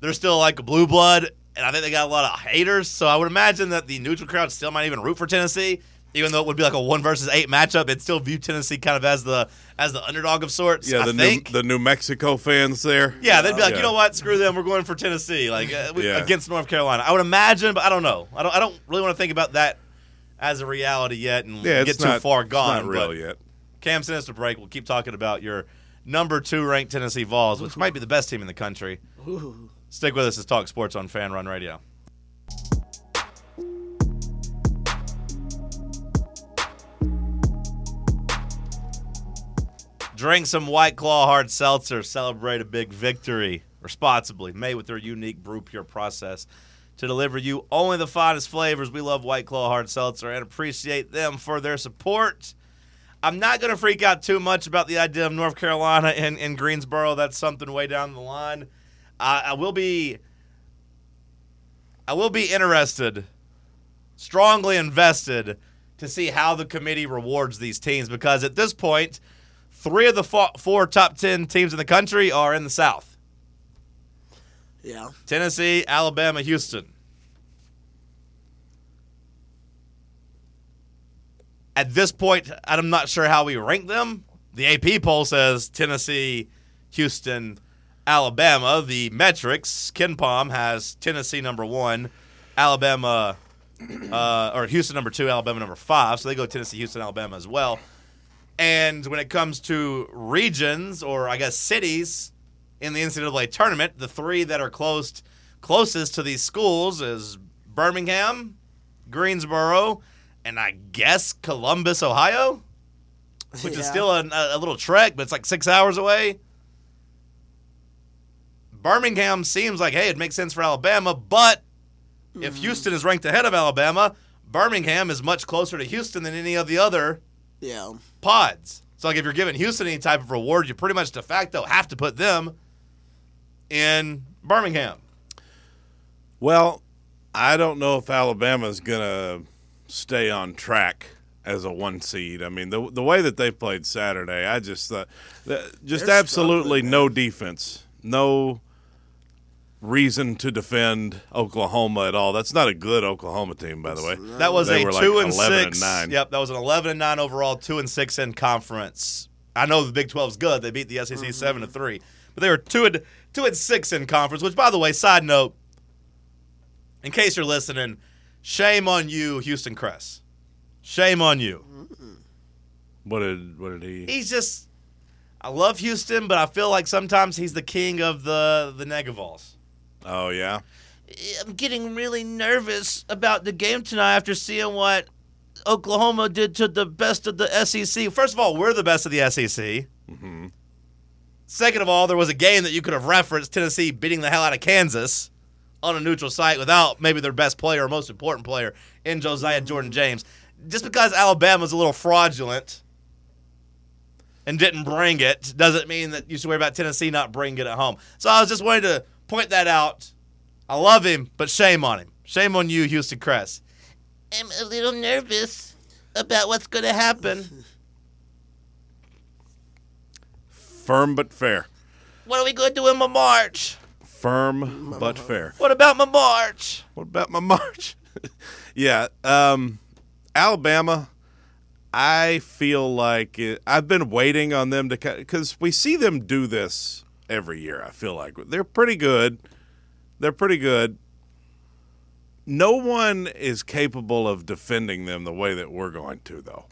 They're still like a blue blood, and I think they got a lot of haters. So I would imagine that the neutral crowd still might even root for Tennessee. even though it would be like a one versus eight matchup, it still viewed Tennessee kind of as the as the underdog of sorts.
Yeah,
I
the
think.
New, the New Mexico fans there.
yeah, they'd be like,
Yeah.
you know what, screw them, we're going for Tennessee, like uh, we,
Yeah.
against North Carolina. I would imagine, but I don't know. I don't. I don't really want to think about that as a reality yet, and
Yeah,
get
it's
too
not,
far
it's
gone.
not real
but
yet.
Cam sent us to break. We'll keep talking about your number two ranked Tennessee Vols, which might be the best team in the country.
Ooh.
Stick with us as Talk Sports on Fan Run Radio. Drink some White Claw hard seltzer. Celebrate a big victory responsibly, made with their unique brew pure process to deliver you only the finest flavors. We love White Claw hard seltzer and appreciate them for their support. I'm not going to freak out too much about the idea of North Carolina and, and Greensboro. That's something way down the line. I, I will be, I will be interested, strongly invested, to see how the committee rewards these teams because at this point, three of the four, four top ten teams in the country are in the South:
Yeah.
Tennessee, Alabama, Houston. At this point, I'm not sure how we rank them. The AP poll says Tennessee, Houston, Alabama. The metrics, Ken Palm has Tennessee number one, Alabama, uh, or Houston number two, Alabama number five. So they go Tennessee, Houston, Alabama as well. And when it comes to regions, or I guess cities, in the NCAA tournament, the three that are closed, closest to these schools is Birmingham, Greensboro, and I guess Columbus, Ohio, which is
Yeah.
still a, a little trek, but it's like six hours away. Birmingham seems like, hey, it makes sense for Alabama, but if Houston is ranked ahead of Alabama, Birmingham is much closer to Houston than any of the other
Yeah.
pods. So like if you're giving Houston any type of reward, you pretty much de facto have to put them in Birmingham.
Well, I don't know if Alabama's gonna stay on track as a one seed. I mean, the the way that they played Saturday, I just thought, that- just
They're
absolutely
struggling,
no defense, no reason to defend Oklahoma at all. That's not a good Oklahoma team, by the way.
That was
They
a
were like
two and
11 and
six.
nine.
Yep, that was an eleven and nine overall, two and six in conference. I know the Big 12's good. They beat the
Mm-hmm.
SEC seven to three, but they were two and two and six in conference. Which, by the way, side note, in case you're listening, shame on you, Houston Cress. Shame on you.
What did what did he?
he's just I love Houston, but I feel like sometimes he's the king of the the Negavols.
Oh yeah,
I'm getting really nervous about the game tonight after seeing what Oklahoma did to the best of the SEC. First of all, we're the best of the SEC. Second of all, there was a game that you could have referenced Tennessee beating the hell out of Kansas on a neutral site without maybe their best player or most important player in Josiah Jordan James. Just because Alabama's a little fraudulent and didn't bring it doesn't mean that you should worry about Tennessee not bringing it at home. So I was just wanting to point that out. I love him, but shame on him. Shame on you, Houston Crest. I'm a little nervous about what's going to happen.
firm but fair.
What are we going to do in my march?
Firm but fair.
What about my march?
What about my march? yeah, um, Alabama. I feel like it, I've been waiting on them to because we see them do this every year. I feel like they're pretty good. They're pretty good. No one is capable of defending them the way that we're going to, though.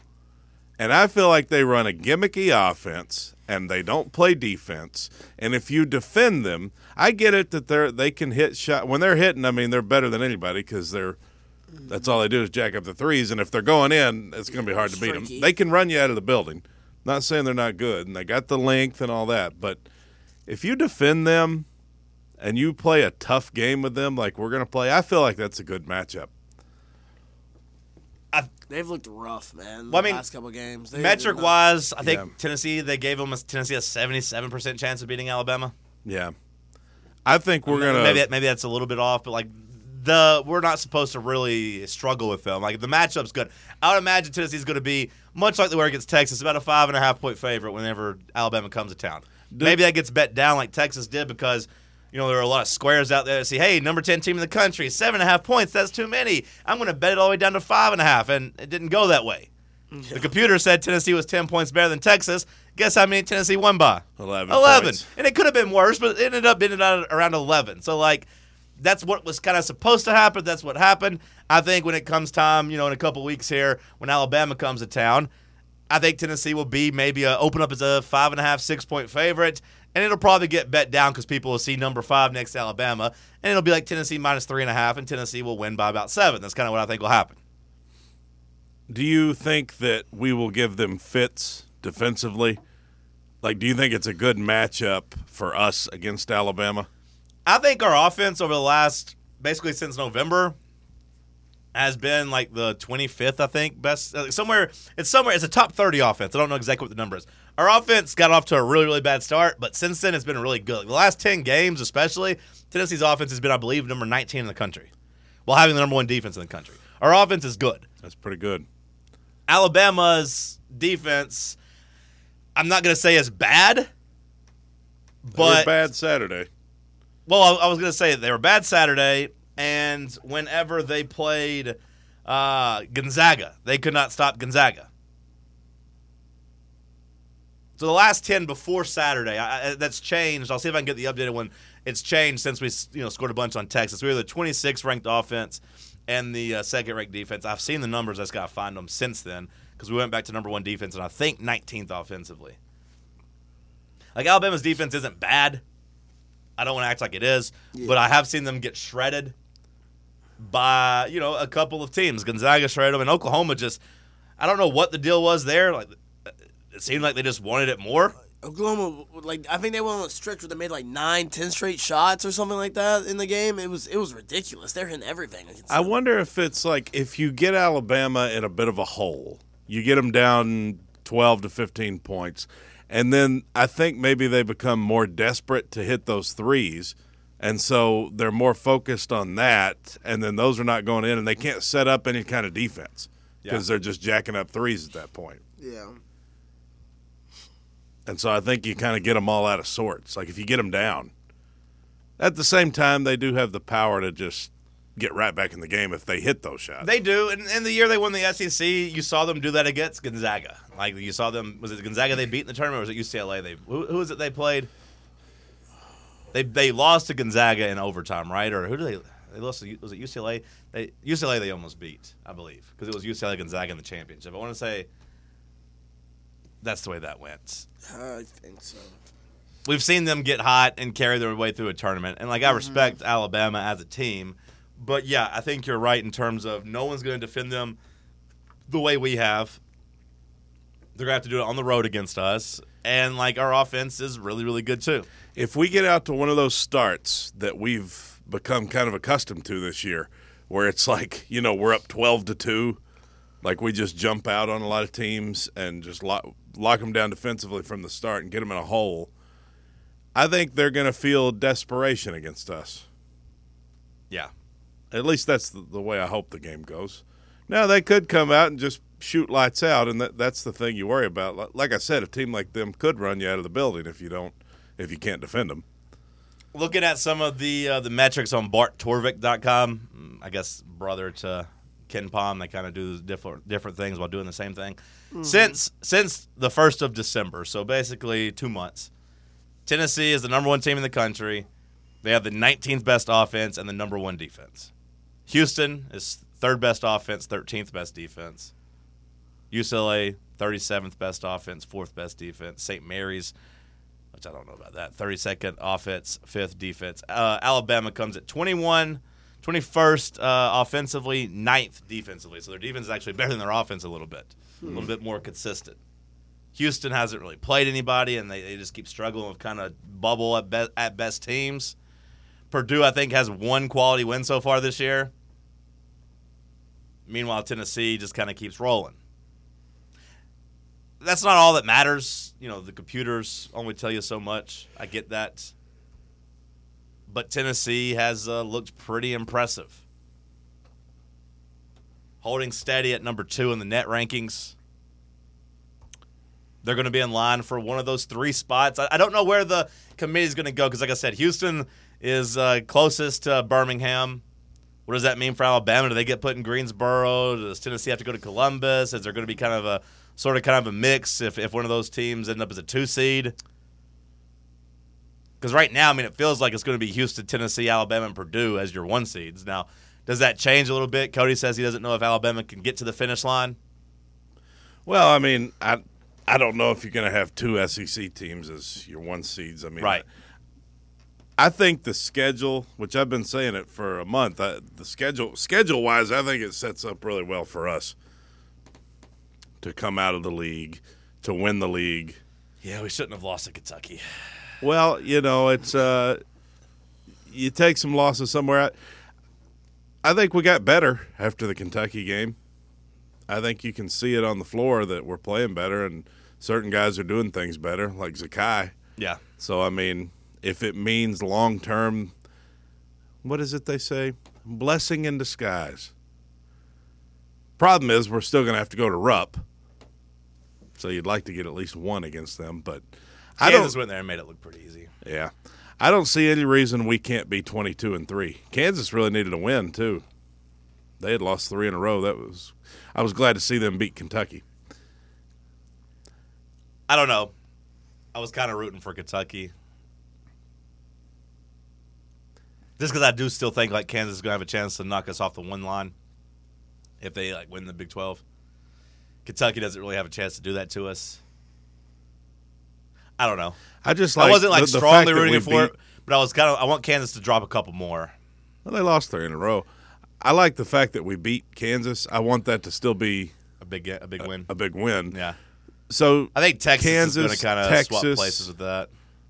And I feel like they run a gimmicky offense and they don't play defense. And if you defend them, I get it that they're they can hit shot when they're hitting. I mean, they're better than anybody because they're that's all they do is jack up the threes. And if they're going in, it's going to be hard to beat them.
Streaky.
They can run you out of the building. Not saying they're not good and they got the length and all that, but if you defend them and you play a tough game with them like we're going to play, I feel like that's a good matchup.
They've looked rough, man.
Well, I
the
mean,
last couple games. They-
Metric
they're not-
wise, I think
Yeah.
Tennessee, they gave them a, Tennessee a 77% chance of beating Alabama.
Yeah. I think we're going to
maybe that, maybe that's a little bit off, but like the we're not supposed to really struggle with them. Like the matchup's good. I would imagine Tennessee's going to be much like they were against Texas, about a five and a half point favorite whenever Alabama comes to town. maybe that gets bet down like Texas did because You know, there are a lot of squares out there that say, hey, number 10 team in the country, seven and a half points, that's too many. I'm going to bet it all the way down to five and a half. And it didn't go that way. The computer said Tennessee was 10 points better than Texas. Guess how many Tennessee won by?
11 points.
And it could have been worse, but it ended up being around around 11. So, like, that's what was kind of supposed to happen. That's what happened. I think when it comes time, you know, in a couple weeks here, when Alabama comes to town, I think Tennessee will be maybe uh open up as a five and a half, six point favorite, and it'll probably get bet down because people will see number five next to Alabama, and it'll be like Tennessee minus three and a half, and Tennessee will win by about seven. That's kind of what I think will happen.
Do you think that we will give them fits defensively? Like, do you think it's a good matchup for us against Alabama?
I think our offense over the last basically since November has been like the 25th, I think, best uh, somewhere. It's somewhere. It's a top 30 offense. I don't know exactly what the number is. Our offense got off to a really really bad start, but since then it's been really good. The last 10 games, especially Tennessee's offense has been, I believe, number 19 in the country, while having the number one defense in the country. Our offense is good.
That's pretty good.
Alabama's defense, I'm not gonna say is bad,
They were
but
bad Saturday.
well, I, I was gonna say they were bad Saturday, and whenever they played uh, Gonzaga, they could not stop Gonzaga. So the last ten before Saturday, I, I, that's changed. I'll see if I can get the updated one. It's changed since we you know scored a bunch on Texas. We were the 26th ranked offense and the uh, second ranked defense. I've seen the numbers. I just gotta find them since then because we went back to number one defense and I think 19th offensively. Like Alabama's defense isn't bad. I don't want to act like it is, but I have seen them get shredded by you know a couple of teams. Gonzaga shredded them, and Oklahoma just I don't know what the deal was there. Like it seemed like they just wanted it more.
Oklahoma, like I think they went on a stretch where they made like nine, ten straight shots or something like that in the game. It was it was ridiculous. They're hitting everything. against
I
them.
wonder if it's like if you get Alabama in a bit of a hole, you get them down 12 to 15 points, and then I think maybe they become more desperate to hit those threes. And so they're more focused on that, and then those are not going in, and they can't set up any kind of defense because they're just jacking up threes at that point.
yeah.
And so I think you kind of get them all out of sorts. Like if you get them down, at the same time, they do have the power to just get right back in the game if they hit those shots.
They do, and in the year they won the SEC, you saw them do that against Gonzaga. Like you saw them, was it Gonzaga they beat in the tournament, or was it UCLA? They who, who was it they played? They they lost to Gonzaga in overtime, right? Or who do they? They lost. To, U- was it UCLA? They UCLA they almost beat, I believe, because it was UCLA Gonzaga in the championship. I want to say that's the way that went.
I think so.
we've seen them get hot and carry their way through a tournament. And like I respect Alabama as a team, but yeah, I think you're right in terms of no one's going to defend them the way we have. They're going to have to do it on the road against us. And like our offense is really really good too.
if we get out to one of those starts that we've become kind of accustomed to this year, where it's like, you know, we're up 12 to 2, like we just jump out on a lot of teams and just lock, lock them down defensively from the start and get them in a hole, I think they're going to feel desperation against us.
Yeah.
At least that's the, the way I hope the game goes. Now, they could come out and just shoot lights out, and that, that's the thing you worry about. Like, like I said, a team like them could run you out of the building if you don't, if you can't defend them.
Looking at some of the uh, the metrics on barttorvik.com, mm, I guess brother to Ken Palm, they kind of do different different things while doing the same thing. Since since the 1st of December, so basically 2 months. Tennessee is the number 1 team in the country. They have the 19th best offense and the number 1 defense. Houston is third best offense, 13th best defense. UCLA 37th best offense, fourth best defense. St. Mary's which I don't know about that. 32nd offense, 5th defense. Uh, Alabama comes at 21, 21st uh, offensively, 9th defensively. So their defense is actually better than their offense a little bit, a little bit more consistent. Houston hasn't really played anybody, and they, they just keep struggling with kind of bubble at, be- at best teams. Purdue, I think, has one quality win so far this year. Meanwhile, Tennessee just kind of keeps rolling that's not all that matters. You know, the computers only tell you so much. I get that. But Tennessee has uh, looked pretty impressive. Holding steady at number two in the net rankings. They're going to be in line for one of those three spots. I, I don't know where the committee is going to go because, like I said, Houston is uh, closest to Birmingham. What does that mean for Alabama? Do they get put in Greensboro? Does Tennessee have to go to Columbus? Is there going to be kind of a sort of kind of a mix if, if one of those teams end up as a two seed? Because right now, I mean, it feels like it's going to be Houston, Tennessee, Alabama, and Purdue as your one seeds. Now, does that change a little bit? Cody says he doesn't know if Alabama can get to the finish line.
Well, I mean, I I don't know if you're going to have two SEC teams as your one seeds. I mean,
Right.
I think the schedule, which I've been saying it for a month, I, the schedule schedule wise, I think it sets up really well for us to come out of the league, to win the league.
Yeah, we shouldn't have lost to Kentucky.
Well, you know, it's uh, you take some losses somewhere. I, I think we got better after the Kentucky game. I think you can see it on the floor that we're playing better, and certain guys are doing things better, like Zakai.
Yeah.
So I mean, if it means long term, what is it they say? Blessing in disguise. Problem is, we're still going to have to go to Rupp. So you'd like to get at least one against them, but I
Kansas
don't.
went there and made it look pretty easy.
Yeah, I don't see any reason we can't be twenty-two and three. Kansas really needed a win too. They had lost three in a row. That was, I was glad to see them beat Kentucky.
I don't know. I was kind of rooting for Kentucky. Just because I do still think like Kansas is going to have a chance to knock us off the one line if they like win the Big Twelve. Kentucky doesn't really have a chance to do that to us. I don't know.
I just like
I wasn't like
the- the fact
strongly
that we
rooting for
beat-
it, but I was kind of. I want Kansas to drop a couple more.
Well, they lost three in a row. I like the fact that we beat Kansas. I want that to still be
A big, a big win.
a big win.
Yeah,
So
I think Texas is going
uh, Kansas,
to kind of swap
Texas.
places with that.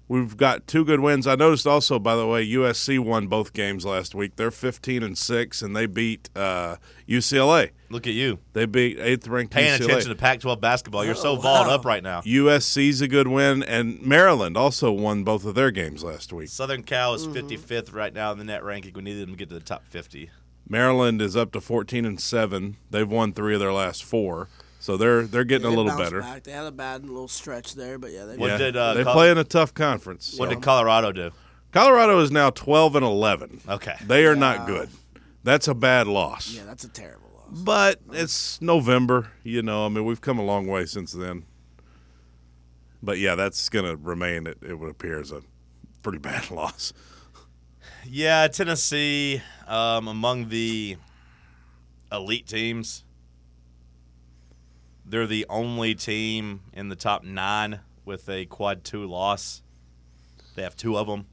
we've got two good wins. I noticed also, by the way, USC won both games last week. They're 15 and six, and they beat uh, UCLA.
Look at you
They beat eighth ranked
paying
UCLA.
attention to Pac-12 basketball. You're so
Oh,
balled
wow.
up right now.
USC's a good win, and Maryland also won both of their games last week.
Southern Cal is 55th right now in the net ranking. We needed them to get to the top 50.
Maryland is up to 14 and seven. They've won three of their last four, so they're they're getting
They
a little
bounced
better.
Back. They had a bad little stretch there, but yeah, they
What
Yeah.
did, uh,
they
Col-
play in a tough conference.
What
so.
did Colorado do?
Colorado is now 12 and 11.
Okay.
They are not good. That's a bad loss.
yeah, that's a terrible loss.
But it's November, you know. I mean, we've come a long way since then. But yeah, that's going to remain, it, it would appear, as a pretty bad loss.
Yeah, Tennessee um, among the elite teams. They're the only team in the top nine with a quad two loss. They have two of them.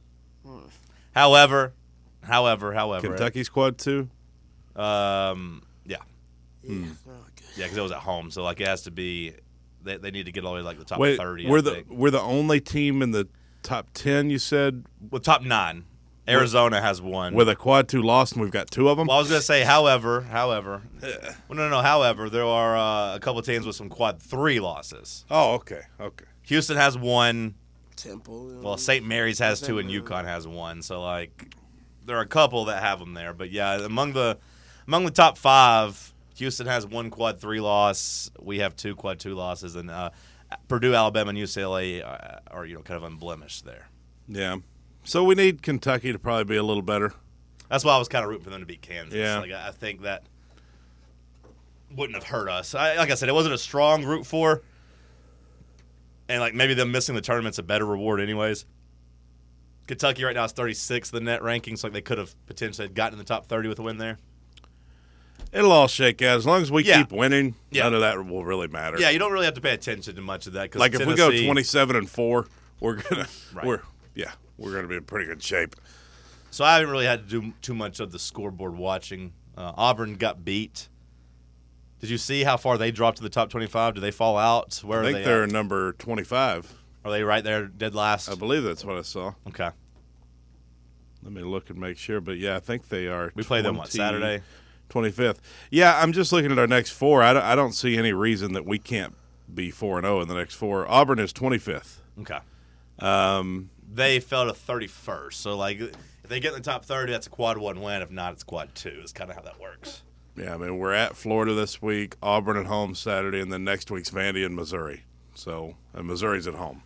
However, however, however,
Kentucky's quad two?
Um, yeah,
Yeah,
Hmm.
oh, good.
yeah, because it was at home, so like it has to be. They, they need to get all the way to, like the top
Wait,
thirty. I
we're, the,
think.
we're the only team in the top 10, you said,
Well, top nine. Arizona has one.
with a quad two loss, and we've got two of them?
well, I was going to say, however, however, well, no, no, no, however, there are uh, a couple teams with some quad three losses.
oh, okay. Okay.
Houston has one.
Temple. you know.
Well, St. Mary's has two, and UConn has one. So, like, there are a couple that have them there. But yeah, among the among the top five, Houston has one quad three loss. We have two quad two losses, and uh, Purdue, Alabama, and UCLA are, uh, are you know kind of unblemished there.
Yeah. So we need Kentucky to probably be a little better.
That's why I was kind of rooting for them to beat Kansas.
Yeah.
Like, I I think that wouldn't have hurt us. I, like I said, it wasn't a strong root for. And, like, maybe them missing the tournament's a better reward, anyways. Kentucky right now is 36th in net rankings. Like, they could have potentially gotten in the top 30 with a win there.
It'll all shake out as long as we
Yeah.
keep winning.
Yeah.
None of that will really matter.
Yeah, you don't really have to pay attention to much of that. 'cause
like if we go
Tennessee-
twenty-seven and four, we're gonna
Right.
we're yeah we're gonna be in pretty good shape.
So I haven't really had to do too much of the scoreboard watching. Uh, Auburn got beat. Did you see how far they dropped to the top 25? Did they fall out? Where
I
are
think
they?
they are
at?
number twenty-five.
Are they right there, dead last?
I believe that's what I saw.
Okay.
Let me look and make sure. But yeah, I think they are.
We play them, what, Saturday?
twenty-fifth. Yeah, I'm just looking at our next four. I don't, I don't see any reason that we can't be four and zero in the next four. Auburn is twenty-fifth.
Okay.
Um,
They fell to 31st. So, like, if they get in the top 30, that's a quad one win. If not, it's quad two. It's kind of how that works.
yeah, I mean we're at Florida this week, Auburn at home Saturday, and then next week's Vandy and Missouri. So and Missouri's at home.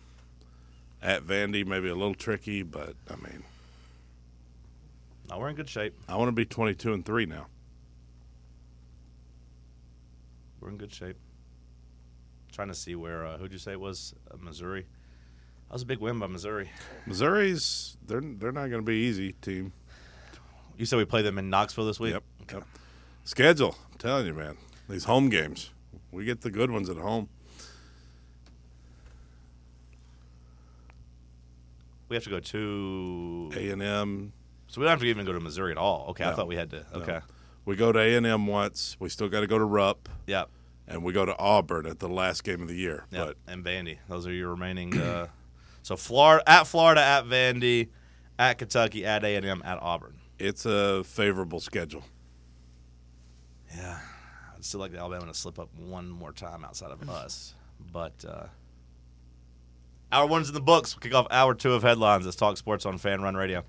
At Vandy, maybe a little tricky, but I mean.
Oh, we're in good shape.
I want to be 22 and 3 now.
We're in good shape. Trying to see where uh, who'd you say it was? Uh, Missouri. That was a big win by Missouri.
Missouri's they're they're not going to be easy team.
You said we play them in Knoxville this week.
Yep. yep. Schedule. I'm telling you, man. These home games. We get the good ones at home.
We have to go to.
A&M.
So we don't have to even go to Missouri at all. Okay, I
No.
thought we had to.
No.
Okay.
We go to A&M once. We still got to go to Rupp.
Yep.
And we go to Auburn at the last game of the year.
Yep.
But
and Vandy. Those are your remaining. Uh, so Florida at Florida at Vandy, at Kentucky at A and M at Auburn.
it's a favorable schedule.
Yeah, I'd still like Alabama to slip up one more time outside of us. But uh, hour one's in the books. We'll kick off hour two of headlines. Let's talk sports on Fan Run Radio.